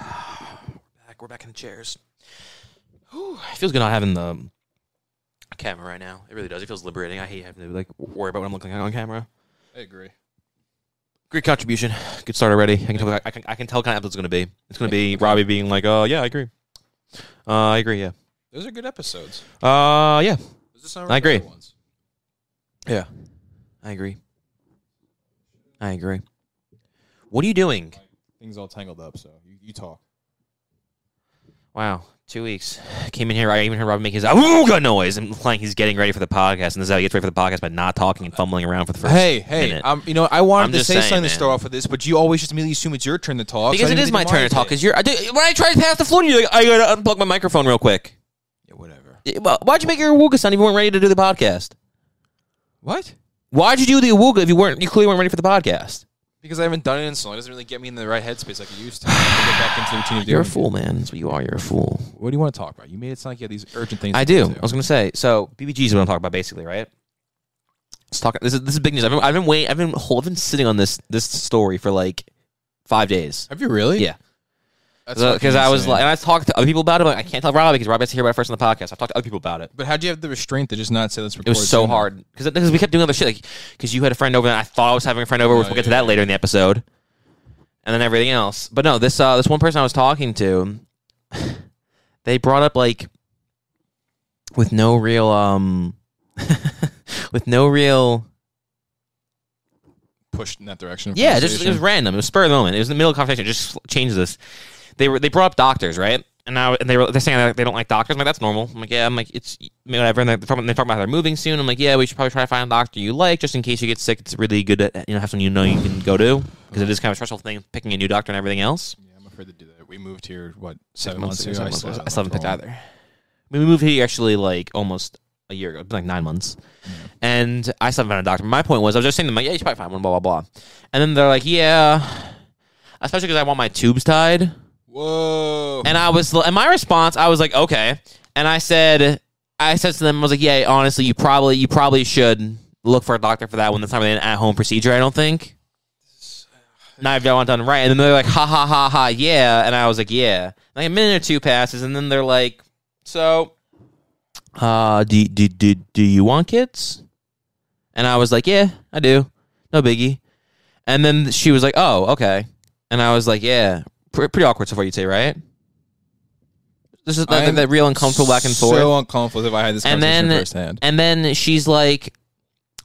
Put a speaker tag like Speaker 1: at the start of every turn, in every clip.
Speaker 1: back. We're back in the chairs. Whew, it feels good not having the camera right now. It really does. It feels liberating. I hate having to like worry about what I'm looking like on camera.
Speaker 2: I agree.
Speaker 1: Great contribution. Good start already. I can tell. I can, I can tell kind of episode's going to be. It's going to be Robbie being like, "Oh yeah, I agree. Uh, I agree. Yeah.
Speaker 2: Those are good episodes.
Speaker 1: Uh, yeah.
Speaker 2: Those are some of
Speaker 1: I
Speaker 2: our better
Speaker 1: agree.
Speaker 2: Ones.
Speaker 1: Yeah. I agree. I agree. What are you doing?
Speaker 2: Things all tangled up. So you, you talk.
Speaker 1: Wow, two weeks. Came in here. I even heard Robin make his ooga noise, implying he's getting ready for the podcast. And this is how he gets ready for the podcast by not talking and fumbling around for the first.
Speaker 2: Hey, hey.
Speaker 1: minute.
Speaker 2: Um, you know, I wanted
Speaker 1: I'm
Speaker 2: to
Speaker 1: just
Speaker 2: say
Speaker 1: saying,
Speaker 2: something
Speaker 1: man.
Speaker 2: to start off with this, but you always just immediately assume it's your turn to talk. so I
Speaker 1: because it
Speaker 2: didn't
Speaker 1: is
Speaker 2: think
Speaker 1: my
Speaker 2: you
Speaker 1: turn to
Speaker 2: wanted
Speaker 1: talk. Because you're I do, when I try to pass the floor, you're like, I gotta unplug my microphone real quick.
Speaker 2: Yeah, whatever.
Speaker 1: Yeah, well, Why'd you make your awooga sound if you weren't ready to do the podcast?
Speaker 2: What?
Speaker 1: Why'd you do the awooga if you weren't you clearly weren't ready for the podcast?
Speaker 2: Because I haven't done it in so long. It doesn't really get me in the right headspace like it used to. I have to get back into the routine of
Speaker 1: You're a
Speaker 2: doing it.
Speaker 1: fool, man. That's what you are. You're a fool.
Speaker 2: What do you want to talk about? You made it sound like you had these urgent things.
Speaker 1: I
Speaker 2: to
Speaker 1: do.
Speaker 2: get
Speaker 1: I
Speaker 2: to.
Speaker 1: was gonna say. So BBGs is what I'm talking about, basically, right? Let's talk. This is this is big news. I've been I've been waiting. I've been hol- I've been sitting on this this story for like five days.
Speaker 2: Have you really?
Speaker 1: Yeah.
Speaker 2: That's fucking
Speaker 1: Because I was
Speaker 2: insane.
Speaker 1: like, and I talked to other people about it. But I can't tell Rob because Rob has to hear about it first on the podcast. I've talked to other people about it.
Speaker 2: But how'd you have the restraint to just not say let's record?
Speaker 1: It was so
Speaker 2: soon?
Speaker 1: hard because we kept doing other shit. Because you had a friend over, and I thought I was having a friend over, which
Speaker 2: Oh,
Speaker 1: we'll get to
Speaker 2: yeah,
Speaker 1: that later in the episode, and then everything else. But no, this uh, this one person I was talking to, they brought up like with no real um, with no real
Speaker 2: Pushed in that direction. of
Speaker 1: yeah, just it was
Speaker 2: conversation.
Speaker 1: random. It was spur of the moment. It was in the middle of the conversation. Just changed this. They were they brought up doctors, right? And now and they were they're saying that they don't like doctors. I'm like that's normal. I'm like yeah. I'm like it's whatever. And they're talking, they're talking about how they're moving soon. I'm like yeah, we should probably try to find a doctor you like just in case you get sick. It's really good to you know have someone you know you can go to because it is kind of a stressful thing picking a new doctor and everything else.
Speaker 2: Yeah, I'm afraid to do that. We moved here what seven months, ago.
Speaker 1: seven months ago.
Speaker 2: still
Speaker 1: I still haven't picked
Speaker 2: drawn.
Speaker 1: either. I mean, we moved here actually like almost a year ago, It's been like nine months, and I still haven't found a doctor. My point was, I was just saying to them like, yeah, you should probably find one, blah blah blah, and then they're like, yeah, especially because I want my tubes tied,
Speaker 2: Whoa!
Speaker 1: and I was, and my response, I was like, okay, and I said, I said to them, I was like, yeah, honestly, you probably, you probably should look for a doctor for that one. That's not really an at-home procedure, I don't think. Now I've done done right, and then they're like, ha ha ha ha, yeah, and I was like, yeah. Like a minute or two passes, and then they're like, so, uh, do do do do you want kids? And I was like, yeah, I do, no biggie. And then she was like, oh, okay, and I was like, yeah, Pre- pretty awkward so far, you'd say, right? This is
Speaker 2: I
Speaker 1: that,
Speaker 2: am
Speaker 1: that real uncomfortable back and forth.
Speaker 2: So uncomfortable if I had this
Speaker 1: And
Speaker 2: conversation
Speaker 1: then-
Speaker 2: firsthand.
Speaker 1: And then she's like,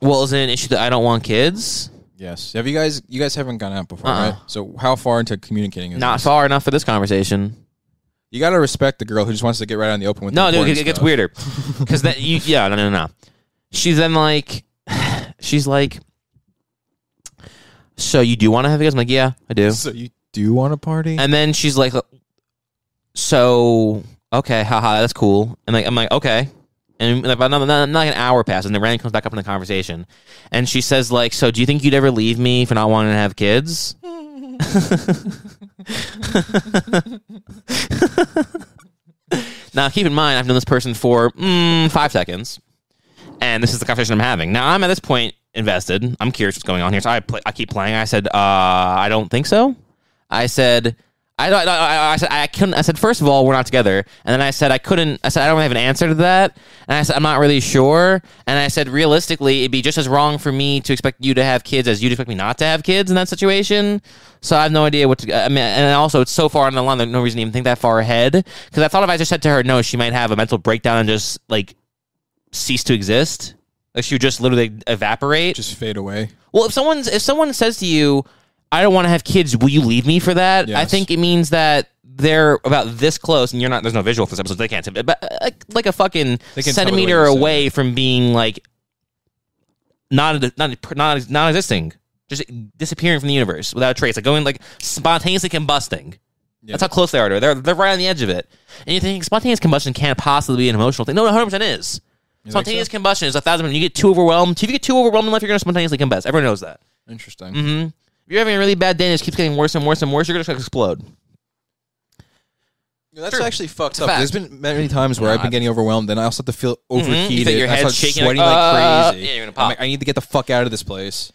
Speaker 1: "Well, is it an issue that I don't want kids?
Speaker 2: Yes. Have you guys? You guys haven't gone out before,
Speaker 1: Uh-uh.
Speaker 2: right? So how far into communicating is
Speaker 1: Not
Speaker 2: this?
Speaker 1: far enough for this conversation."
Speaker 2: You got to respect the girl who just wants to get right out in the open with.
Speaker 1: No,
Speaker 2: the
Speaker 1: dude,
Speaker 2: important
Speaker 1: it, gets
Speaker 2: stuff.
Speaker 1: weirder because that you, yeah, no, no, no. She's then like, she's like, "So you do want to have kids?" I'm like, "Yeah, I do."
Speaker 2: So you do want a party?
Speaker 1: And then she's like, "So okay, haha, that's cool." And like, I'm like, "Okay." And about another, not, not like an hour passes, and the random comes back up in the conversation, and she says like, "So do you think you'd ever leave me for not wanting to have kids?" now keep in mind, I've known this person for mm, five seconds, and this is the conversation I'm having. Now I'm at this point invested. I'm curious what's going on here, so I play, I keep playing. I said, uh, "I don't think so." I said, I, don't- I, I, I said, I couldn't. I said, first of all, we're not together. And then I said, I couldn't. I said, I don't have an answer to that. And I said, I'm not really sure. And I said, realistically, it'd be just as wrong for me to expect you to have kids as you'd expect me not to have kids in that situation. So I have no idea what to. I mean, and also it's so far on the line. There's no reason to even think that far ahead. Because I thought if I just said to her, no, she might have a mental breakdown and just like cease to exist. Like she would just literally evaporate.
Speaker 2: just fade away.
Speaker 1: Well, if someone's if someone says to you, "I don't want to have kids," will you leave me for that? I
Speaker 2: Yes.
Speaker 1: think it means that they're about this close, and you're not. There's no visual for this episode. so They can't, see it, but uh, like, like a fucking
Speaker 2: They can tell me what
Speaker 1: centimeter
Speaker 2: you said.
Speaker 1: away from being like not not not not existing, just disappearing from the universe without a trace, like going like spontaneously combusting. That's how close they are to it. They're they're right on the edge of it. And you think spontaneous combustion can't possibly be an emotional thing? No, one hundred percent is. Spontaneous combustion is a thousand. percent. You get too overwhelmed. If you get too overwhelmed in life, you're going to spontaneously combust. Everyone knows that.
Speaker 2: Interesting.
Speaker 1: Mm-hmm. If you're having a really bad day and it keeps getting worse and worse and worse, you're gonna explode.
Speaker 2: Yeah, that's
Speaker 1: True.
Speaker 2: actually fucked
Speaker 1: a
Speaker 2: up.
Speaker 1: fact.
Speaker 2: There's been many times where I've
Speaker 1: Nah. Mm-hmm.
Speaker 2: been getting overwhelmed, and I also have to feel overheated.
Speaker 1: You feel your
Speaker 2: I
Speaker 1: head's
Speaker 2: start
Speaker 1: shaking,
Speaker 2: sweating
Speaker 1: like,
Speaker 2: like,
Speaker 1: uh,
Speaker 2: crazy.
Speaker 1: yeah, you're gonna
Speaker 2: I'm
Speaker 1: pop.
Speaker 2: like, I need to get the fuck out of this place.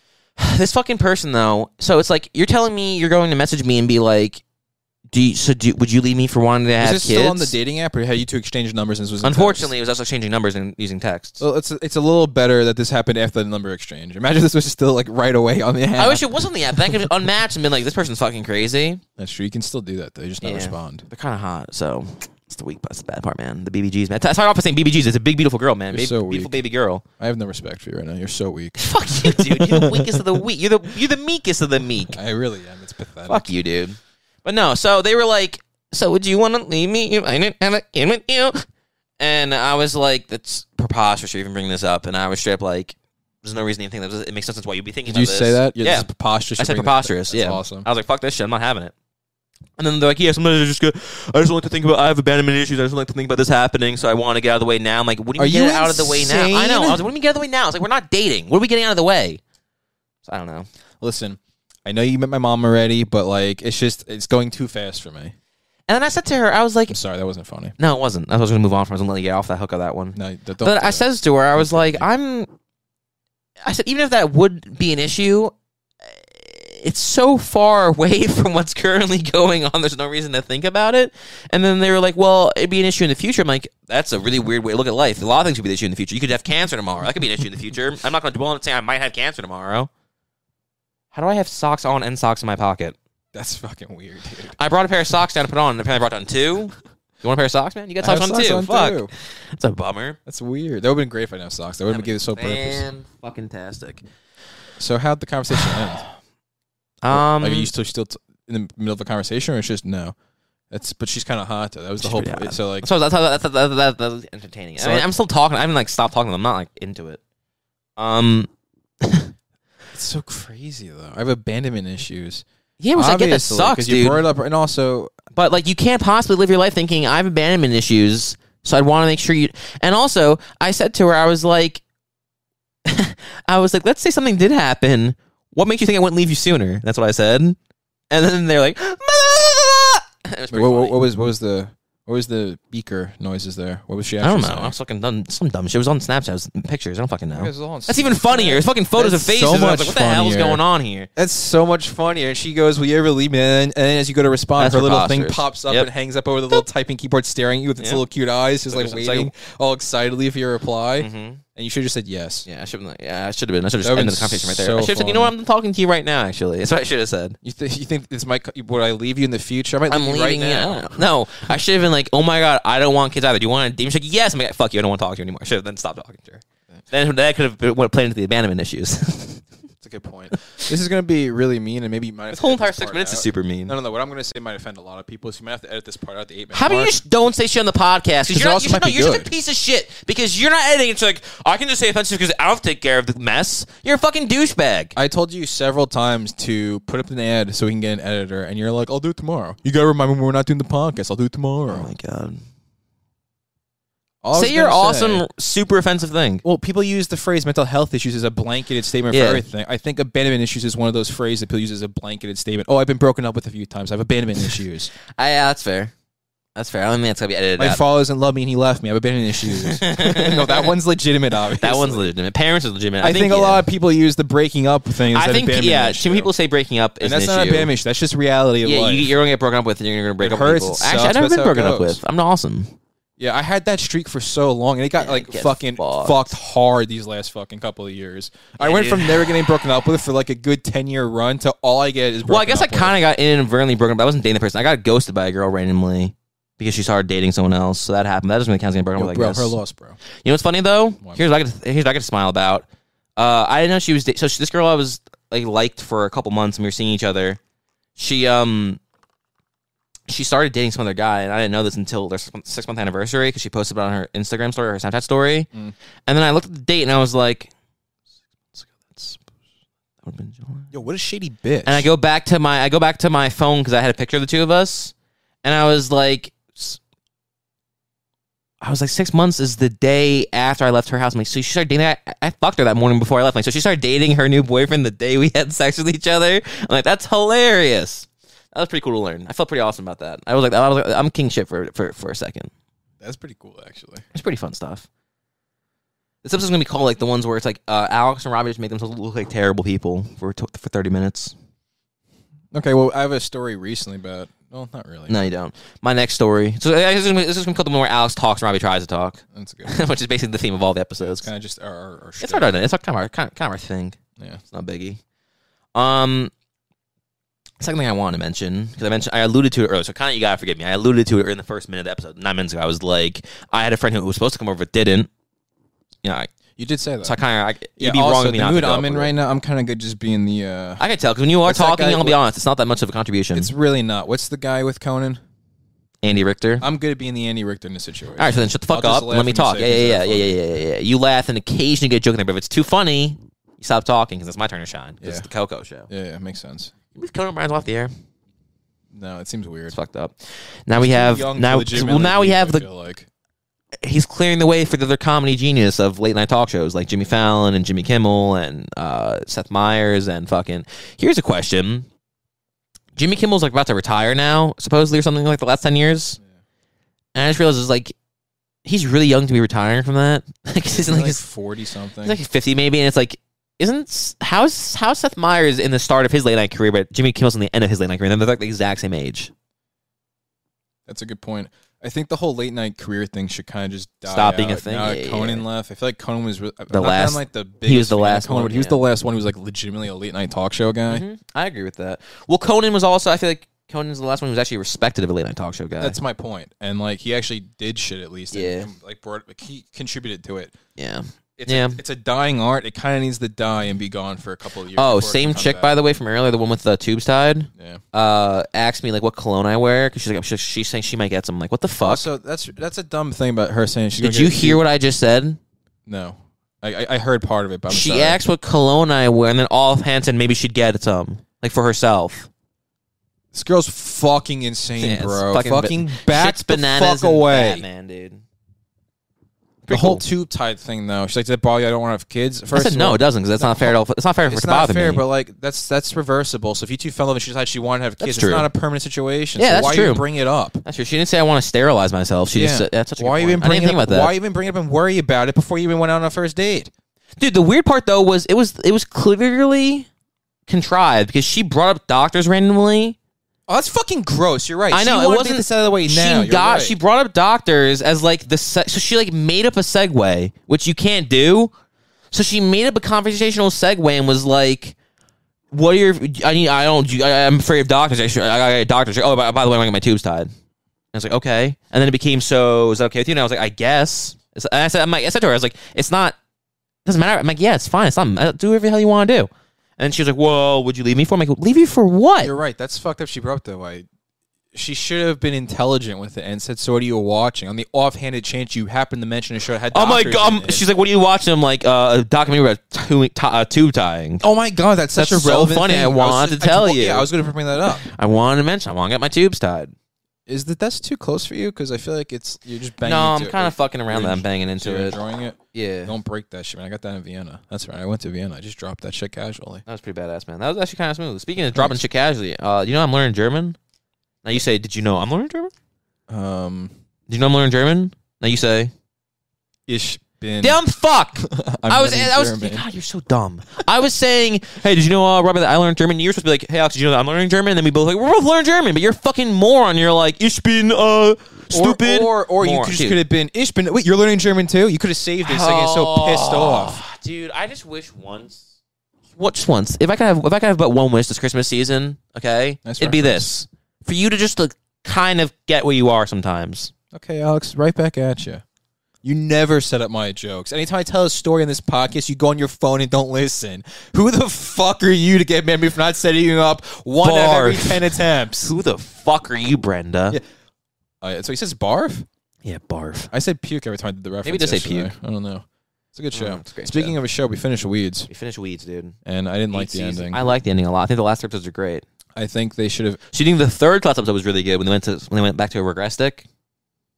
Speaker 1: This fucking person though. So it's like you're telling me you're going to message me and be like, Do you, so do, would you leave me for wanting to
Speaker 2: Is
Speaker 1: have
Speaker 2: this
Speaker 1: kids?
Speaker 2: still on the dating app, or had you two exchanged numbers and this was in
Speaker 1: Unfortunately, it was also exchanging numbers and using texts.
Speaker 2: text? Well, it's it's a little better that this happened after the number exchange. Imagine this was just still like right away on the app.
Speaker 1: I wish it was on the app. Then I could have unmatched and been like, "This person's fucking crazy."
Speaker 2: That's true. You can still do that though. You just not
Speaker 1: Yeah.
Speaker 2: respond.
Speaker 1: They're kind of hot, so it's the weak. That's the bad part, man. The BBGs, man. Sorry off for saying BBGs. It's a big, beautiful girl, man.
Speaker 2: You're
Speaker 1: Baby,
Speaker 2: so weak.
Speaker 1: beautiful baby girl.
Speaker 2: I have no respect for you right now. You're so weak.
Speaker 1: Fuck you, dude. You're the weakest of the weak. You're the you're the meekest of the meek.
Speaker 2: I really am. It's pathetic.
Speaker 1: Fuck you, dude. But no, so they were like, "So would you want to leave me if I didn't have a kid with you?" And I was like, "That's preposterous. You're even bringing this up." And I was straight up like, "There's no reason to even think that. It makes no sense why you'd be thinking."
Speaker 2: Did you
Speaker 1: about
Speaker 2: say
Speaker 1: this.
Speaker 2: that? Yeah.
Speaker 1: Yeah,
Speaker 2: This is preposterous.
Speaker 1: I
Speaker 2: You
Speaker 1: said
Speaker 2: bring this-
Speaker 1: preposterous.
Speaker 2: That's
Speaker 1: yeah,
Speaker 2: Awesome.
Speaker 1: I was like, "Fuck this shit. I'm not having it." And then they're like, "Yeah, sometimes I just go. I just don't like to think about. I have abandonment issues. I just don't like to think about this happening. So I want to get out of the way now." I'm like, "What do you
Speaker 2: Are
Speaker 1: mean get
Speaker 2: you
Speaker 1: it out of the way now?" I know. I was like, "What do you mean get out of the way now?" It's like we're not dating. What are we getting out of the way? So I don't know.
Speaker 2: Listen, I know you met my mom already, but like it's just it's going too fast for me.
Speaker 1: And then I said to her, I was like,
Speaker 2: I'm sorry, that wasn't funny.
Speaker 1: No, it wasn't. I was going to move on from. it. I was going to let you get off that hook of that one.
Speaker 2: No, that- don't.
Speaker 1: but
Speaker 2: do
Speaker 1: I
Speaker 2: that.
Speaker 1: says to her, I was like, I'm. I said, even if that would be an issue, eh, it's so far away from what's currently going on. There's no reason to think about it. And then they were like, well, it'd be an issue in the future. I'm like, that's a really weird way to look at life. A lot of things could be an issue in the future. You could have cancer tomorrow. That could be an issue in the future. I'm not going to dwell on it saying I might have cancer tomorrow. How do I have socks on and socks in my pocket?
Speaker 2: that's fucking weird, dude.
Speaker 1: I brought a pair of socks down to put on, and apparently I brought down two. You want a pair of socks, man? You got
Speaker 2: I
Speaker 1: socks,
Speaker 2: have
Speaker 1: on,
Speaker 2: socks
Speaker 1: too.
Speaker 2: on,
Speaker 1: Fuck.
Speaker 2: too.
Speaker 1: That's a bummer.
Speaker 2: That's weird. That would have been great if I didn't have socks. That would have given so purpose.
Speaker 1: Fan fucking tastic.
Speaker 2: So how'd the conversation end?
Speaker 1: Um,
Speaker 2: Like, are you still still t- in the middle of a conversation, or it's just no? That's but she's kind of hot though. That was the
Speaker 1: She's
Speaker 2: whole
Speaker 1: pretty
Speaker 2: point.
Speaker 1: hot.
Speaker 2: So like,
Speaker 1: so that's how that's, that's, that's, that's, that's entertaining.
Speaker 2: So
Speaker 1: I mean,
Speaker 2: I-
Speaker 1: I'm still talking. I haven't like stopped talking. to them. I'm not like into it. Um,
Speaker 2: it's so crazy though. I have abandonment issues.
Speaker 1: yeah, which I get that
Speaker 2: Obviously, 'cause
Speaker 1: sucks,
Speaker 2: you
Speaker 1: dude.
Speaker 2: brought it up, and also
Speaker 1: But like, you can't possibly live your life thinking I have abandonment issues. So I'd want to make sure you. And also, I said to her, I was like, I was like, let's say something did happen. What makes you think I wouldn't leave you sooner? That's what I said. And then they're like, it was
Speaker 2: wait,
Speaker 1: pretty
Speaker 2: what,
Speaker 1: funny.
Speaker 2: what, what was what was the what was the beaker noises there? What was she?
Speaker 1: I
Speaker 2: Actually
Speaker 1: don't know.
Speaker 2: saying?
Speaker 1: I was fucking done some dumb shit. It was on Snapchat. It was pictures. I don't fucking know.
Speaker 2: It was all on
Speaker 1: That's even
Speaker 2: Snapchat.
Speaker 1: funnier. It's fucking photos
Speaker 2: That's
Speaker 1: of faces.
Speaker 2: so
Speaker 1: and I was
Speaker 2: much
Speaker 1: like, what the hell is
Speaker 2: funnier.
Speaker 1: going on here?
Speaker 2: That's so much funnier. And she goes, "Will you ever leave me?" And, and as you go to respond,
Speaker 1: That's
Speaker 2: her little thing
Speaker 1: preposterous.
Speaker 2: pops up
Speaker 1: Yep.
Speaker 2: and hangs up over the little typing keyboard, staring at you with its
Speaker 1: Yeah.
Speaker 2: little cute eyes, just like
Speaker 1: It's like-
Speaker 2: waiting, all excitedly for your reply.
Speaker 1: Mhm.
Speaker 2: And you should have just said yes.
Speaker 1: Yeah, I should have. Yeah, I should have been. I should have just
Speaker 2: That
Speaker 1: ended
Speaker 2: would've
Speaker 1: the conversation right there.
Speaker 2: so
Speaker 1: I should have said, you know what? I'm talking to you right now. Actually, that's what I should have said.
Speaker 2: You, th- you think this might? co- Would I leave you in the future? I might leave
Speaker 1: I'm
Speaker 2: you right
Speaker 1: leaving you.
Speaker 2: now.
Speaker 1: out. No, I should have been like, oh my god, I don't want kids either. Do you want to date? She's like, yes. I'm like, fuck you. I don't want to talk to you anymore. I should have then stopped talking to her. Then that could have been- would have played into the abandonment issues. this
Speaker 2: That's a good point. this is going to be really mean, and maybe you might. This
Speaker 1: whole entire six minutes is super mean.
Speaker 2: No, no, no. What I'm going to say might offend a lot of people, so you might have to edit this part out. The eight minutes.
Speaker 1: How about you just don't say shit on the podcast?
Speaker 2: 'Cause
Speaker 1: Because you're,
Speaker 2: it
Speaker 1: not,
Speaker 2: also
Speaker 1: you
Speaker 2: might
Speaker 1: should, no,
Speaker 2: be
Speaker 1: you're just
Speaker 2: good.
Speaker 1: a piece of shit. Because you're not editing. It's like I can just say offensive because I don't take care of the mess. You're a fucking douchebag.
Speaker 2: I told you several times to put up an ad so we can get an editor, and you're like, "I'll do it tomorrow." You gotta remind me we're not doing the podcast. I'll do it tomorrow.
Speaker 1: god.
Speaker 2: All I was
Speaker 1: Say your
Speaker 2: gonna
Speaker 1: awesome, super offensive thing.
Speaker 2: Well, people use the phrase mental health issues as a blanketed statement for
Speaker 1: Yeah.
Speaker 2: everything. I think abandonment issues is one of those phrases that people use as a blanketed statement. Oh, I've been broken up with a few times. I have abandonment issues.
Speaker 1: I, yeah, that's fair. That's fair. I don't think that's gonna be edited
Speaker 2: My
Speaker 1: out.
Speaker 2: father doesn't love me and he left me. I have abandonment issues. no, that one's legitimate, obviously.
Speaker 1: that one's legitimate. Parents is legitimate.
Speaker 2: I, think, a
Speaker 1: yeah.
Speaker 2: lot of people use the breaking up thing as
Speaker 1: I
Speaker 2: an
Speaker 1: think
Speaker 2: abandonment
Speaker 1: yeah.
Speaker 2: issue.
Speaker 1: Some people say breaking up is
Speaker 2: And that's
Speaker 1: an
Speaker 2: not an
Speaker 1: issue.
Speaker 2: abandonment issue. That's just reality of
Speaker 1: yeah,
Speaker 2: life.
Speaker 1: you, you're gonna get broken up with, and you're gonna break
Speaker 2: It
Speaker 1: up with
Speaker 2: hurts,
Speaker 1: people.
Speaker 2: it
Speaker 1: Actually,
Speaker 2: sucks,
Speaker 1: I've never
Speaker 2: that's
Speaker 1: been
Speaker 2: how it
Speaker 1: broken up
Speaker 2: goes.
Speaker 1: with. I'm awesome.
Speaker 2: Yeah, I had that streak for so long, and it got like
Speaker 1: gets
Speaker 2: fucking fucked.
Speaker 1: fucked.
Speaker 2: hard these last fucking couple of years. I went from never getting broken up with for like a good ten year run to all I get is. Broken
Speaker 1: Well, I guess I
Speaker 2: up with.
Speaker 1: kind of got inadvertently broken up. I wasn't dating the person. I got ghosted by a girl randomly because she started dating someone else. So that happened. That doesn't really count as getting broken up
Speaker 2: Yo,
Speaker 1: with. I
Speaker 2: bro,
Speaker 1: guess.
Speaker 2: her loss, bro.
Speaker 1: You know what's funny though? Here's what I could here's what I could smile about. Uh, I didn't know she was da- so she, this girl I was like liked for a couple months and we were seeing each other. She um she started dating some other guy and I didn't know this until their six month anniversary because she posted it on her Instagram story or her Snapchat story. And then I looked at the date and I was like, six months ago, that's that would have been July.
Speaker 2: Yo, what a shady bitch.
Speaker 1: And I go back to my I go back to my phone because I had a picture of the two of us, and I was like, s- I was like, six months is the day after I left her house. I'm like, so she started dating. I, I fucked her that morning before I left. Like, so she started dating her new boyfriend the day we had sex with each other. I'm like, that's hilarious. That was pretty cool to learn. I felt pretty awesome about that. I was like, I was like I'm king shit for, for for a second.
Speaker 2: That's pretty cool, actually.
Speaker 1: It's pretty fun stuff. This episode's gonna be called like the ones where it's like uh, Alex and Robbie just make themselves look like terrible people for t- for thirty minutes.
Speaker 2: Okay, well, I have a story recently about Well, not really.
Speaker 1: No, you don't. My next story. So uh, this is gonna be- this is going to be called the one where Alex talks and Robbie tries to talk,
Speaker 2: That's good.
Speaker 1: which is basically the theme of all the episodes.
Speaker 2: Kind of just our, our, our
Speaker 1: It's
Speaker 2: shtick.
Speaker 1: our it's our kind of our kind of, kind of our thing.
Speaker 2: Yeah.
Speaker 1: It's not a biggie. Um, second thing I want to mention because I mentioned I alluded to it earlier, so kind of you gotta forgive me. I alluded to it in the first minute of the episode, nine minutes ago. I was like, I had a friend who was supposed to come over but didn't. You know, I,
Speaker 2: You did say that.
Speaker 1: so I kind of you'd be
Speaker 2: also,
Speaker 1: wrong. of me
Speaker 2: the
Speaker 1: not to
Speaker 2: mood
Speaker 1: go
Speaker 2: I'm
Speaker 1: up
Speaker 2: in
Speaker 1: with it.
Speaker 2: right now, I'm kind of good just being the. uh
Speaker 1: I can tell because when you are
Speaker 2: What's that
Speaker 1: talking,
Speaker 2: guy-
Speaker 1: I'll be honest, it's not that much of a contribution.
Speaker 2: It's really not. What's the guy with Conan?
Speaker 1: Andy Richter.
Speaker 2: I'm good at being the Andy Richter in this situation.
Speaker 1: All right, so then shut the fuck
Speaker 2: I'll just
Speaker 1: up. and
Speaker 2: laugh
Speaker 1: Let me
Speaker 2: when you
Speaker 1: talk.
Speaker 2: say
Speaker 1: Yeah,
Speaker 2: things
Speaker 1: yeah, yeah,
Speaker 2: that are
Speaker 1: yeah, yeah, yeah, yeah. You laugh and occasionally get a joke in there, but if it's too funny, you stop talking because it's my turn to shine. 'cause It's
Speaker 2: Yeah.
Speaker 1: the Coco show.
Speaker 2: Yeah, yeah, makes sense.
Speaker 1: We Conan O'Brien's off the air.
Speaker 2: No, it seems weird.
Speaker 1: It's fucked up. Now we have
Speaker 2: Young to
Speaker 1: now well
Speaker 2: legitimately
Speaker 1: now we
Speaker 2: leave,
Speaker 1: have
Speaker 2: I
Speaker 1: the
Speaker 2: feel like
Speaker 1: he's clearing the way for the other comedy genius of late night talk shows like Jimmy Fallon and Jimmy Kimmel and uh, Seth Meyers and fucking. Here's a question: Jimmy Kimmel's like about to retire now, supposedly or something like the last ten years, and I just realized it's like he's really young to be retiring from that. like,
Speaker 2: Isn't
Speaker 1: isn't
Speaker 2: he
Speaker 1: like
Speaker 2: like
Speaker 1: his
Speaker 2: forty something.
Speaker 1: He's like 50 maybe, and it's like, isn't how's how's Seth Meyers in the start of his late night career, but Jimmy Kimmel's in the end of his late night career, and they're like the exact same age.
Speaker 2: That's a good point. I think the whole late night career thing should kind of just die
Speaker 1: Stop being a
Speaker 2: out.
Speaker 1: thing,
Speaker 2: Now
Speaker 1: yeah, yeah,
Speaker 2: Conan
Speaker 1: yeah.
Speaker 2: left. I feel like Conan was re- I'm
Speaker 1: The
Speaker 2: not that I'm,
Speaker 1: last-
Speaker 2: like the
Speaker 1: was
Speaker 2: biggest
Speaker 1: the
Speaker 2: fan of
Speaker 1: last
Speaker 2: Conan,
Speaker 1: one,
Speaker 2: but he
Speaker 1: yeah.
Speaker 2: was
Speaker 1: Mm-hmm.
Speaker 2: the last one who was like legitimately a late night talk show guy.
Speaker 1: I agree with that. Well, Conan was also. I feel like Conan's the last one who was actually respected of a late night talk show guy.
Speaker 2: That's my point. And like he actually did shit at least. and-
Speaker 1: Yeah.
Speaker 2: and, like brought like, he contributed to it.
Speaker 1: yeah.
Speaker 2: It's
Speaker 1: Yeah.
Speaker 2: a, it's a dying art. It kind of needs to die and be gone for a couple of years.
Speaker 1: Oh,
Speaker 2: before it
Speaker 1: same
Speaker 2: comes
Speaker 1: chick
Speaker 2: back.
Speaker 1: by the way from earlier, the one with the tubes tied.
Speaker 2: Yeah.
Speaker 1: Uh, asked me like what cologne I wear because she's like she's, she's saying she might get some. I'm like, what the fuck?
Speaker 2: Also, that's that's a dumb thing about her saying she's.
Speaker 1: Did
Speaker 2: gonna
Speaker 1: you
Speaker 2: get-
Speaker 1: hear what I just said?
Speaker 2: No, I I, I heard part of it, but I'm
Speaker 1: she
Speaker 2: sorry.
Speaker 1: asked what cologne I wear, and then offhand said maybe she'd get some like for herself.
Speaker 2: This girl's fucking insane,
Speaker 1: Yeah, it's
Speaker 2: bro.
Speaker 1: fucking
Speaker 2: Fucking,
Speaker 1: ba-
Speaker 2: back
Speaker 1: Shit's
Speaker 2: the
Speaker 1: bananas
Speaker 2: fuck away.
Speaker 1: Man, dude.
Speaker 2: The
Speaker 1: Pretty
Speaker 2: whole
Speaker 1: cool.
Speaker 2: tube tied thing, though. She's like, "That body, I don't want to have kids." First,
Speaker 1: I said
Speaker 2: of
Speaker 1: no,
Speaker 2: all,
Speaker 1: it doesn't because that's not fair. To, it's not fair for it
Speaker 2: it's
Speaker 1: to
Speaker 2: not
Speaker 1: bother
Speaker 2: fair,
Speaker 1: me.
Speaker 2: but like that's that's reversible. So if you two fell in love and she decided she wanted to have kids,
Speaker 1: true.
Speaker 2: it's not a permanent situation.
Speaker 1: Yeah,
Speaker 2: so
Speaker 1: that's
Speaker 2: why
Speaker 1: true.
Speaker 2: even bring it up?
Speaker 1: that's true. She didn't say I want to sterilize myself. She just
Speaker 2: Yeah.
Speaker 1: said, that's such a
Speaker 2: why
Speaker 1: good
Speaker 2: even
Speaker 1: point. I
Speaker 2: bring
Speaker 1: didn't
Speaker 2: it
Speaker 1: think
Speaker 2: up?
Speaker 1: about that.
Speaker 2: Why even bring it up and worry about it before you even went out on a first date?
Speaker 1: Dude, the weird part though was it was it was clearly contrived because she brought up doctors randomly.
Speaker 2: Oh, that's fucking gross. You're right.
Speaker 1: I
Speaker 2: She
Speaker 1: know, it
Speaker 2: wanted to
Speaker 1: wasn't-
Speaker 2: get this out of the way
Speaker 1: she
Speaker 2: now. You're
Speaker 1: got
Speaker 2: right.
Speaker 1: she brought up doctors as like the se- so she like made up a segue which you can't do. So she made up a conversational segue and was like, "What are your? I need. I don't. I, I'm afraid of doctors. I, should, I, I got doctors. Oh, by, by the way, I'm gonna get my tubes tied." And I was like, "Okay." And then it became so. Is that okay with you? And I was like, "I guess." It's- And I said, "I'm like," I said to her, "I was like, it's not. Doesn't matter." I'm like, "Yeah, it's fine. It's not. uh, Do whatever the hell you want to do." And then she was like, "Well, would you leave me for?" I'm like, "Leave you for what?"
Speaker 2: You're right. That's fucked up. She brought up that way. She should have been intelligent with it and said, "So what are you watching?" On the offhanded chance you happen to mention a show that had.
Speaker 1: Oh my
Speaker 2: doctors
Speaker 1: god!
Speaker 2: in
Speaker 1: um,
Speaker 2: it.
Speaker 1: She's like, "What are you watching?" I'm like, uh, "A documentary about tu- ti- uh, tube tying."
Speaker 2: Oh my god, that's such
Speaker 1: That's
Speaker 2: a
Speaker 1: so
Speaker 2: relevant
Speaker 1: funny.
Speaker 2: thing.
Speaker 1: I wanted
Speaker 2: was-
Speaker 1: to tell
Speaker 2: I,
Speaker 1: you.
Speaker 2: Yeah, I was going to bring that up.
Speaker 1: I wanted to mention. I want to get my tubes tied.
Speaker 2: Is that that's too close for you? Because I feel like it's you're just banging.
Speaker 1: No, I'm
Speaker 2: into it.
Speaker 1: kind of fucking around. That I'm
Speaker 2: You're-
Speaker 1: banging into
Speaker 2: so you're
Speaker 1: it.
Speaker 2: Enjoying it.
Speaker 1: Yeah, that
Speaker 2: Don't break that shit, man. I got that in Vienna. That's right. I went to Vienna. I just dropped that shit casually.
Speaker 1: was pretty badass, man. That was actually kind of smooth. Speaking of dropping shit casually, uh, you know I'm learning German. Now you say, "Did you know I'm learning German?"
Speaker 2: Um,
Speaker 1: Did you know I'm learning German? Now you say,
Speaker 2: ish bin.
Speaker 1: "Dumb fuck."
Speaker 2: I'm
Speaker 1: I was,
Speaker 2: learning
Speaker 1: I was,
Speaker 2: German.
Speaker 1: God, you're so dumb. I was saying, hey, did you know, uh, Robin, that I learned German? You're supposed to be like, hey, Alex, did you know that I'm learning German? And then we both like, we're both learning German, but you're a fucking moron. You're like, ich bin, uh, stupid.
Speaker 2: Or or, or you
Speaker 1: moron."
Speaker 2: just
Speaker 1: Dude.
Speaker 2: could have been ish bin. Wait, you're learning German too. You could have saved it. So I get so pissed
Speaker 1: Oh.
Speaker 2: off.
Speaker 1: Dude, I just wish once. What just once? If I could have, if I could have but one wish this Christmas season, okay,
Speaker 2: Nice
Speaker 1: it'd be
Speaker 2: reference.
Speaker 1: this: for you to just like kind of get where you are sometimes.
Speaker 2: Okay, Alex, right back at you. You never set up my jokes. Anytime I tell a story on this podcast, you go on your phone and don't listen. Who the fuck are you to get mad at me for not setting you up one out of every
Speaker 1: Barf.
Speaker 2: ten attempts?
Speaker 1: Who the fuck are you, Brenda? Yeah,
Speaker 2: Yeah. Uh, so he says barf.
Speaker 1: barf.
Speaker 2: I said puke every time I did the reference.
Speaker 1: Maybe just say
Speaker 2: yesterday.
Speaker 1: puke. Oh,
Speaker 2: I don't know. It's a good show.
Speaker 1: it's a great
Speaker 2: Speaking
Speaker 1: show.
Speaker 2: of a show, we finished Weeds,
Speaker 1: We finished weeds, dude.
Speaker 2: and I didn't like
Speaker 1: Eight
Speaker 2: the
Speaker 1: seasons.
Speaker 2: ending.
Speaker 1: I
Speaker 2: I,
Speaker 1: like the ending a lot. I think the last episodes are great.
Speaker 2: think they should have.
Speaker 1: So you think the third class episode was really good when they went to when they went back to a regress stick?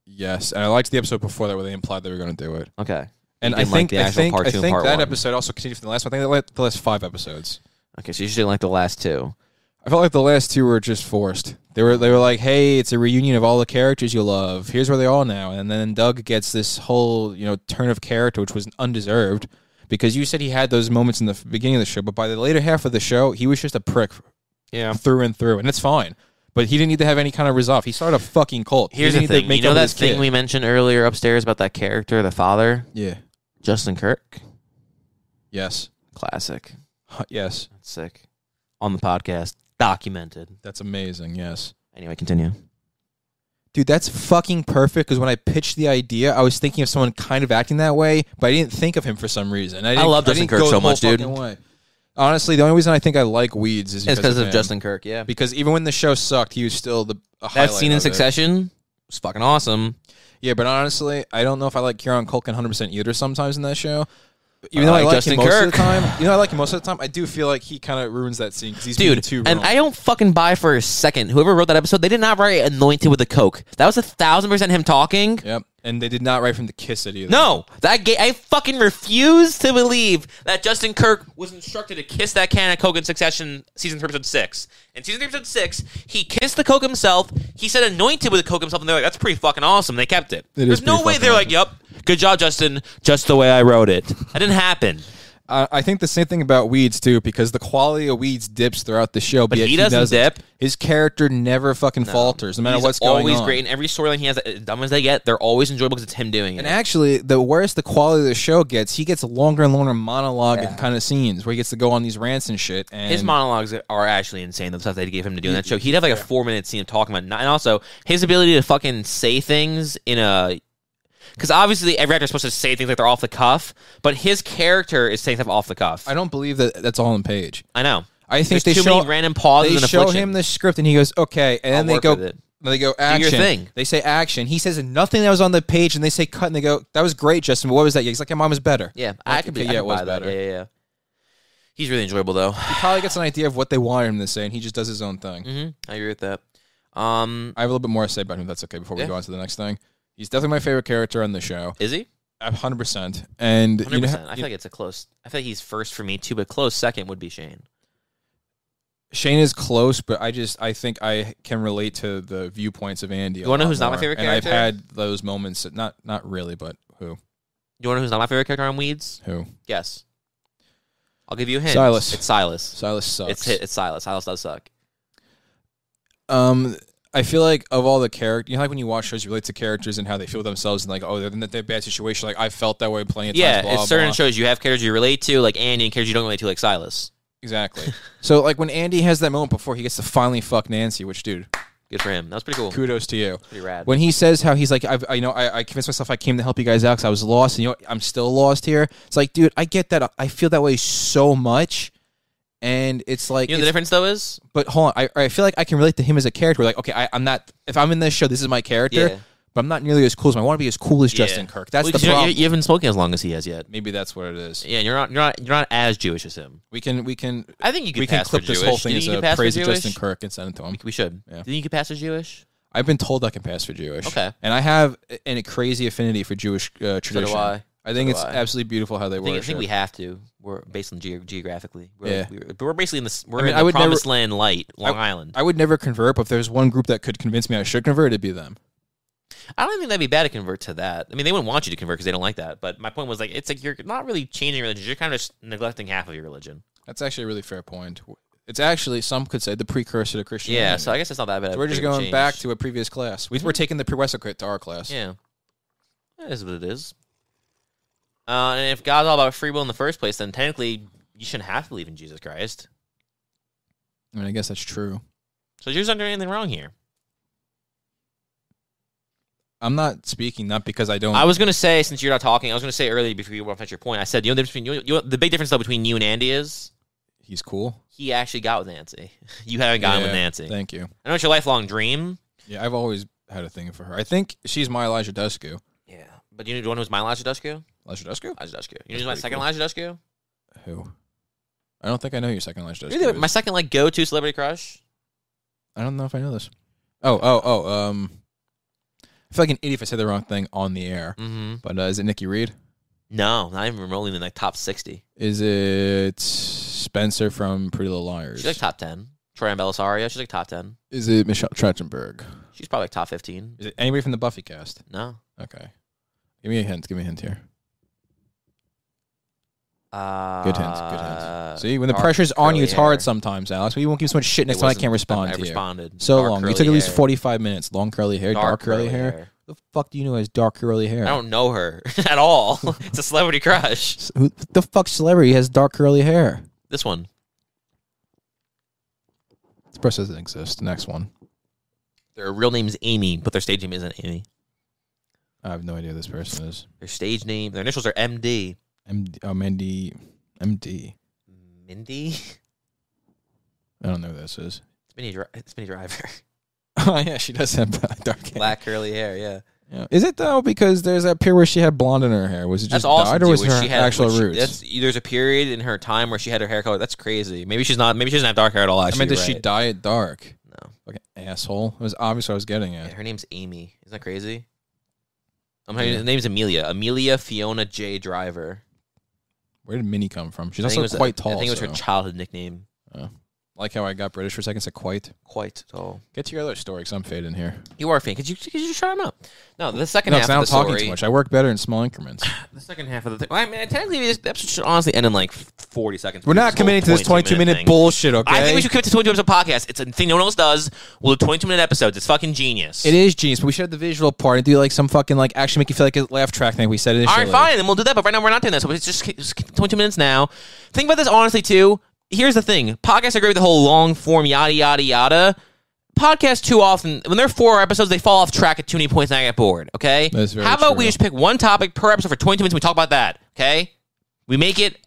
Speaker 2: Yes, and I liked the episode before that where they implied they were going to do it.
Speaker 1: Okay.
Speaker 2: And
Speaker 1: You
Speaker 2: I
Speaker 1: didn't like
Speaker 2: think,
Speaker 1: the
Speaker 2: I
Speaker 1: actual
Speaker 2: think,
Speaker 1: part
Speaker 2: I
Speaker 1: two and
Speaker 2: think
Speaker 1: part
Speaker 2: that
Speaker 1: one.
Speaker 2: episode also continued from the last one. I think they let- the last five episodes.
Speaker 1: Okay, so you just didn't like the last two.
Speaker 2: I felt like the last two were just forced. They were they were like, "Hey, it's a reunion of all the characters you love. Here's where they are now." And then Doug gets this whole you know turn of character, which was undeserved, because you said he had those moments in the f- beginning of the show, but by the later half of the show, he was just a prick
Speaker 1: Yeah.
Speaker 2: through and through, and it's fine But he didn't need to have any kind of resolve. He started a fucking cult. He
Speaker 1: Here's the
Speaker 2: didn't need to
Speaker 1: thing.
Speaker 2: make
Speaker 1: You know
Speaker 2: up with
Speaker 1: that
Speaker 2: his
Speaker 1: thing
Speaker 2: kid.
Speaker 1: we mentioned earlier upstairs about that character, the father,
Speaker 2: Yeah.
Speaker 1: Justin Kirk?
Speaker 2: Yes.
Speaker 1: Classic.
Speaker 2: Huh, Yes.
Speaker 1: That's sick. On the podcast, documented.
Speaker 2: That's amazing. Yes.
Speaker 1: Anyway, continue.
Speaker 2: Dude, that's fucking perfect. Because when I pitched the idea, I was thinking of someone kind of acting that way, but I didn't think of him for some reason. I, didn't,
Speaker 1: love Justin
Speaker 2: didn't
Speaker 1: Kirk
Speaker 2: go
Speaker 1: so
Speaker 2: the whole
Speaker 1: much, dude.
Speaker 2: fucking way. Honestly, the only reason I think I like Weeds is
Speaker 1: It's because of
Speaker 2: him.
Speaker 1: Justin Kirk, yeah.
Speaker 2: Because even when the show sucked, he was still the a
Speaker 1: That
Speaker 2: highlight
Speaker 1: scene in
Speaker 2: of it.
Speaker 1: Succession was fucking awesome.
Speaker 2: Yeah, but honestly, I don't know if I like Kieran Culkin 100% either sometimes in that show. But even
Speaker 1: I
Speaker 2: though
Speaker 1: like
Speaker 2: I like
Speaker 1: Justin
Speaker 2: him most of
Speaker 1: Kirk.
Speaker 2: the time, you know, I like him most of the time, I do feel like he kind of ruins that scene because he's being
Speaker 1: Dude,
Speaker 2: too
Speaker 1: and
Speaker 2: wrong.
Speaker 1: I don't fucking buy for a second. Whoever wrote that episode, they did not write anointed with a Coke. That was a thousand percent him talking.
Speaker 2: yep. And they did not write from the kiss it either.
Speaker 1: No, that ga- I fucking refuse to believe that Justin Kirk was instructed to kiss that can of Coke in Succession season three episode six. In season three episode six, he kissed the Coke himself. He said anointed with the Coke himself, and they're like, "That's pretty fucking awesome." They kept it.
Speaker 2: It
Speaker 1: There's
Speaker 2: is
Speaker 1: no
Speaker 2: pretty
Speaker 1: way
Speaker 2: fucking
Speaker 1: they're like, "Yep, good job, Justin, just the way I wrote it." That didn't happen.
Speaker 2: I, I think the same thing about Weeds too, because the quality of Weeds dips throughout the show. But
Speaker 1: he doesn't dip.
Speaker 2: His character never fucking falters, no matter
Speaker 1: He's
Speaker 2: what's going
Speaker 1: always
Speaker 2: on.
Speaker 1: great in every storyline he has. As dumb as they get, they're always enjoyable because it's him doing it.
Speaker 2: And actually, the worse the quality of the show gets, he gets longer and longer monologue and kind of scenes where he gets to go on these rants and shit. And
Speaker 1: His monologues are actually insane. The stuff they gave him to do in that show, he'd have like a four minute scene of talking about, and also his ability to fucking say things in a. Because obviously every actor's supposed to say things like they're off the cuff, but his character is saying stuff off the cuff.
Speaker 2: I don't believe that that's all on page.
Speaker 1: I know.
Speaker 2: I think
Speaker 1: There's
Speaker 2: they
Speaker 1: too
Speaker 2: show
Speaker 1: many random pauses
Speaker 2: They
Speaker 1: and
Speaker 2: show
Speaker 1: affliction.
Speaker 2: him the script and he goes okay, and then
Speaker 1: I'll
Speaker 2: they
Speaker 1: work
Speaker 2: go
Speaker 1: with it.
Speaker 2: they go
Speaker 1: your
Speaker 2: action.
Speaker 1: thing.
Speaker 2: They say action. He says nothing that was on the page, and they say cut, and they go that was great, Justin. But what was that? He's like, yeah, mine was better.
Speaker 1: yeah, I
Speaker 2: Okay,
Speaker 1: could be.
Speaker 2: yeah,
Speaker 1: I
Speaker 2: it
Speaker 1: could
Speaker 2: was
Speaker 1: buy that.
Speaker 2: better.
Speaker 1: Yeah, yeah, yeah. He's really enjoyable though.
Speaker 2: He probably gets an idea of what they wanted him to say, and he just does his own thing.
Speaker 1: hmm I agree with that. Um,
Speaker 2: I have a little bit more to say about him. if That's okay before we
Speaker 1: Yeah.
Speaker 2: go on to the next thing. He's definitely my favorite character on the show,
Speaker 1: is he?
Speaker 2: hundred percent. And you
Speaker 1: Hundred
Speaker 2: know,
Speaker 1: percent. I feel like it's a close. I feel like he's first for me too, but close second would be Shane.
Speaker 2: Shane is close, but I just I think I can relate to the viewpoints of Andy.
Speaker 1: You wanna know who's not my favorite
Speaker 2: and
Speaker 1: character?
Speaker 2: I've had those moments. Not not really, but who
Speaker 1: You want to know who's not my favorite character on Weeds?
Speaker 2: who
Speaker 1: Yes. I'll give you a hint.
Speaker 2: Silas.
Speaker 1: It's Silas.
Speaker 2: Silas sucks.
Speaker 1: It's hit. It's Silas. Silas does suck.
Speaker 2: Um, I feel like of all the characters, you know, like when you watch shows, you relate to characters and how they feel themselves, and like, oh, they're in that they're bad situation. Like I felt that way playing.
Speaker 1: yeah,
Speaker 2: times, blah,
Speaker 1: it's certain
Speaker 2: blah.
Speaker 1: shows you have characters you relate to, like Andy, and characters you don't relate to, like Silas.
Speaker 2: Exactly. so like when Andy has that moment before he gets to finally fuck Nancy, which dude,
Speaker 1: Good for him. That was pretty cool.
Speaker 2: kudos to you.
Speaker 1: Pretty rad.
Speaker 2: When he says how he's like, I've, I, you know, I, I convinced myself I came to help you guys out because I was lost, and you know, what? I'm still lost here. It's like, dude, I get that. I feel that way so much, and it's like,
Speaker 1: you know
Speaker 2: it's-
Speaker 1: the difference though is
Speaker 2: but hold on, I, I feel like I can relate to him as a character. Like, okay, I, I'm not. If I'm in this show, this is my character,
Speaker 1: Yeah.
Speaker 2: but I'm not nearly as cool as him. I want to be as cool as
Speaker 1: Yeah.
Speaker 2: Justin Kirk. That's
Speaker 1: Well,
Speaker 2: the
Speaker 1: you,
Speaker 2: problem.
Speaker 1: You, you haven't spoken as long as he has yet.
Speaker 2: Maybe that's what it is.
Speaker 1: Yeah, you're not. You're not. You're not as Jewish as him.
Speaker 2: We can we can
Speaker 1: I think you could
Speaker 2: we can
Speaker 1: pass
Speaker 2: clip
Speaker 1: for
Speaker 2: this
Speaker 1: Jewish.
Speaker 2: whole thing
Speaker 1: Do you
Speaker 2: as
Speaker 1: think you
Speaker 2: a
Speaker 1: could pass for
Speaker 2: praise of
Speaker 1: Jewish?
Speaker 2: Justin Kirk and send it to him.
Speaker 1: We should.
Speaker 2: Yeah.
Speaker 1: Do you think you could pass as Jewish?
Speaker 2: I've been told I can pass for Jewish.
Speaker 1: Okay.
Speaker 2: and I have a, an- a crazy affinity for Jewish uh, tradition.
Speaker 1: I.
Speaker 2: think
Speaker 1: So do
Speaker 2: it's
Speaker 1: I.
Speaker 2: absolutely beautiful how they
Speaker 1: I think, I
Speaker 2: worship.
Speaker 1: think we have to. We're based on ge- geographically. We're,
Speaker 2: Yeah.
Speaker 1: we're, but we're basically in this. We're
Speaker 2: mean,
Speaker 1: in
Speaker 2: I
Speaker 1: the
Speaker 2: would never-
Speaker 1: promised land, light Long Island.
Speaker 2: I would never convert, but if there's one group that could convince me I should convert, it'd be them.
Speaker 1: I don't think that'd be bad to convert to that. I mean, they wouldn't want you to convert because they don't like that. But my point was like, it's like you're not really changing religion. You're kind of just neglecting half of your religion.
Speaker 2: That's actually a really fair point. It's actually some could say the precursor to Christianity.
Speaker 1: Yeah. So I guess it's not that bad.
Speaker 2: So we're just going back to a previous class. We, We're taking the prerequisite to our class.
Speaker 1: yeah. That is what it is. Uh, and if God's all about free will in the first place, then technically you shouldn't have to believe in Jesus Christ.
Speaker 2: I mean, I guess that's true.
Speaker 1: So Jews aren't doing anything wrong here.
Speaker 2: I'm not speaking not because I don't.
Speaker 1: I was gonna say since you're not talking, I was gonna say earlier before you went off at your point. I said you know the difference between you, you know, the big difference though between you and Andy is
Speaker 2: he's cool.
Speaker 1: he actually got with Nancy. You haven't gotten
Speaker 2: Yeah,
Speaker 1: with Nancy.
Speaker 2: Thank you.
Speaker 1: I know it's your lifelong dream.
Speaker 2: Yeah, I've always had a thing for her. I think she's my Elijah Dushku.
Speaker 1: Yeah, but you know the one who's my Elijah Dushku?
Speaker 2: Elijah Dushku?
Speaker 1: Elijah Dushku. You know who's my
Speaker 2: pretty
Speaker 1: second
Speaker 2: cool.
Speaker 1: Elijah Dushku?
Speaker 2: Who? I don't think I know your second Elijah Dushku.
Speaker 1: Really,
Speaker 2: is.
Speaker 1: my second like go-to celebrity crush.
Speaker 2: I don't know if I know this. Oh, oh, oh. Um, I feel like an idiot if I said the wrong thing on the air.
Speaker 1: Mm-hmm.
Speaker 2: But uh, is it Nikki Reed?
Speaker 1: No, not even remotely in like top sixty.
Speaker 2: Is it Spencer from Pretty Little Liars?
Speaker 1: She's like top ten. Troy and Belisario. She's like top ten.
Speaker 2: is it Michelle Trachtenberg?
Speaker 1: She's probably like top fifteen.
Speaker 2: Is it anybody from the Buffy cast?
Speaker 1: No,
Speaker 2: Okay. Give me a hint. Give me a hint here.
Speaker 1: Uh,
Speaker 2: Good hands, good hands. See, when the pressure's
Speaker 1: dark
Speaker 2: on you, it's
Speaker 1: curly hair.
Speaker 2: hard sometimes, Alex. But you won't give so much shit next
Speaker 1: It
Speaker 2: time I
Speaker 1: wasn't-
Speaker 2: can't respond
Speaker 1: I
Speaker 2: to you.
Speaker 1: responded.
Speaker 2: So
Speaker 1: Dark
Speaker 2: long. You
Speaker 1: curly
Speaker 2: took at least
Speaker 1: hair.
Speaker 2: 45 minutes. Long curly hair, dark, curly, hair. The fuck do you know as dark curly hair?
Speaker 1: I don't know her at all. it's a celebrity crush.
Speaker 2: S- Who the fuck celebrity has dark curly hair?
Speaker 1: This one.
Speaker 2: This person doesn't exist. Next one.
Speaker 1: Their real name is Amy, but their stage name isn't Amy.
Speaker 2: I have no idea who this person is.
Speaker 1: Their stage name, their initials are MD.
Speaker 2: MD, oh, Mandy, MD.
Speaker 1: Mindy?
Speaker 2: I don't know who this is.
Speaker 1: It's Mindy, Dri- it's Mindy Driver.
Speaker 2: oh, yeah, she does have dark hair.
Speaker 1: Black curly hair, yeah.
Speaker 2: Yeah. Is it though? Because there's that period where she had blonde in her hair. Was it just
Speaker 1: That's awesome.
Speaker 2: dyed
Speaker 1: too,
Speaker 2: or was
Speaker 1: when
Speaker 2: her
Speaker 1: she had,
Speaker 2: actual
Speaker 1: when she-
Speaker 2: roots?
Speaker 1: That's, there's a period in her time where she had her hair color. That's crazy. Maybe she's not. Maybe she doesn't have dark hair at all.
Speaker 2: I
Speaker 1: Actually,
Speaker 2: mean, does she
Speaker 1: you're right.
Speaker 2: dye it dark?
Speaker 1: No.
Speaker 2: Fucking asshole. It was obvious what I was getting
Speaker 1: Yeah,
Speaker 2: at.
Speaker 1: her name's Amy. Isn't that crazy? I'm having,
Speaker 2: Yeah.
Speaker 1: The name's Amelia. Amelia Fiona J. Driver.
Speaker 2: Where did Minnie come from? She's
Speaker 1: I think it was-
Speaker 2: also quite tall.
Speaker 1: I think it was her
Speaker 2: so-
Speaker 1: childhood nickname.
Speaker 2: like how I got British for a second, said quite.
Speaker 1: Quite tall.
Speaker 2: Get to your other story because I'm fading here.
Speaker 1: You are a fan. Could you, could you shut him up? No, the second
Speaker 2: No,
Speaker 1: half
Speaker 2: because I
Speaker 1: of
Speaker 2: don't
Speaker 1: the
Speaker 2: talking
Speaker 1: story.
Speaker 2: too much. I work better in small increments.
Speaker 1: The second half of the thing. Well, I mean, technically, this episode should honestly end in like 40 seconds.
Speaker 2: We're not committing to this 22 minute
Speaker 1: thing.
Speaker 2: bullshit, okay?
Speaker 1: I think we should commit to 22 episode podcast. It's a thing no one else does. We'll do 22 minute episodes. It's fucking genius.
Speaker 2: It is genius, but we should have the visual part and do like some fucking like actually make you feel like a laugh track thing we said initially.
Speaker 1: All right, fine, then we'll do that. But right now, we're not doing that. So it's just, just 22 minutes now. Think about this honestly, too. Here's the thing podcasts agree with the whole long form, yada, yada, yada. Podcasts too often, when they're four episodes, they fall off track at too many points and I get bored, okay?
Speaker 2: That's very
Speaker 1: How about we
Speaker 2: true.
Speaker 1: just pick one topic per episode for 22 minutes and we talk about that, okay? We make it,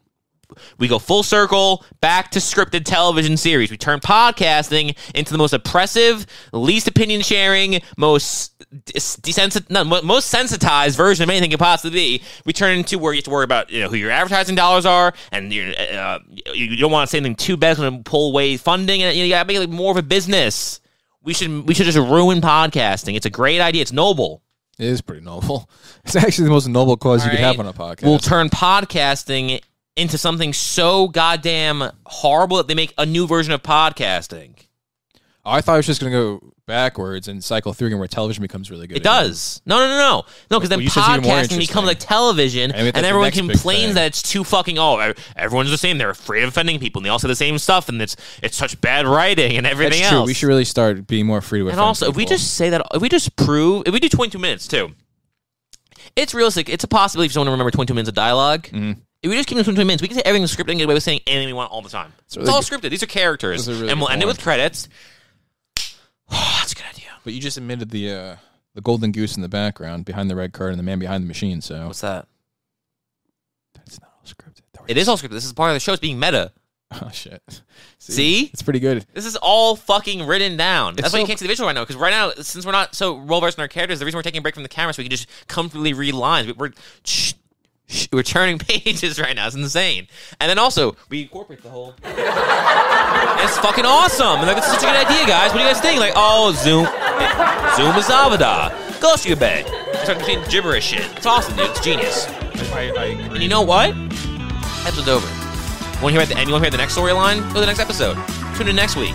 Speaker 1: we go full circle back to scripted television series. We turn podcasting into the most oppressive, least opinion sharing, most dis- desensitized, no, mo- most sensitized version of anything it could possibly be. We turn it into where you have to worry about you know, who your advertising dollars are, and your, uh, you you don't want to say anything too bad going to pull away funding, and you, know, you got to make it like more of a business. We should we should just ruin podcasting. It's a great idea. It's noble.
Speaker 2: It is pretty noble. It's actually the most noble cause you could have
Speaker 1: right?
Speaker 2: on a podcast.
Speaker 1: We'll turn podcasting into something so goddamn horrible that they make a new version of podcasting.
Speaker 2: I thought I was just going to go backwards and cycle through again where television becomes really good.
Speaker 1: It does. No, no, no, no. No, because then
Speaker 2: Well, you said it's even more
Speaker 1: podcasting becomes
Speaker 2: interesting.
Speaker 1: like television,
Speaker 2: I mean, that's
Speaker 1: and
Speaker 2: the
Speaker 1: everyone
Speaker 2: next big
Speaker 1: complains
Speaker 2: thing.
Speaker 1: that it's too fucking. Oh, e- everyone's the same. They're afraid of offending people, and they all say the same stuff, and it's it's such bad writing and everything
Speaker 2: That's true.
Speaker 1: else.
Speaker 2: We should really start being more free to
Speaker 1: and also, if we just say that, if we just prove, if we do twenty two minutes too, it's realistic. It's a possibility for someone to remember twenty two minutes of dialogue. If we just keep it to 22 minutes, we can say everything scripted and get away with saying anything we want all the time. It's,
Speaker 2: really
Speaker 1: all scripted. These are characters,
Speaker 2: That's a really
Speaker 1: and we'll
Speaker 2: good
Speaker 1: end it
Speaker 2: point.
Speaker 1: with credits. that's a good idea.
Speaker 2: But you just admitted the uh, the golden goose in the background behind the red card and the man behind the machine. So
Speaker 1: What's that?
Speaker 2: it's not all scripted.
Speaker 1: It is all scripted. This is part of the show. It's being meta.
Speaker 2: Oh shit.
Speaker 1: See?
Speaker 2: it's pretty good.
Speaker 1: This is all fucking written down. That's
Speaker 2: It's
Speaker 1: why you
Speaker 2: so-
Speaker 1: can't see the visual right now. Because right now, since we're not so well versed in our characters, the reason we're taking a break from the camera is so we can just comfortably read lines. We- We're sh- sh- we're turning pages right now. It's insane. And then also we incorporate the whole. it's fucking awesome. And like, it's such a good idea, guys. What do you guys think? Like, oh, Zoom, Zoom is Avada. Go to your bed. Start saying gibberish shit. It's awesome, dude. It's genius. And you know what? Episode's over. Want to hear about the end? You want to hear the next storyline? Go to the next episode. Tune in next week.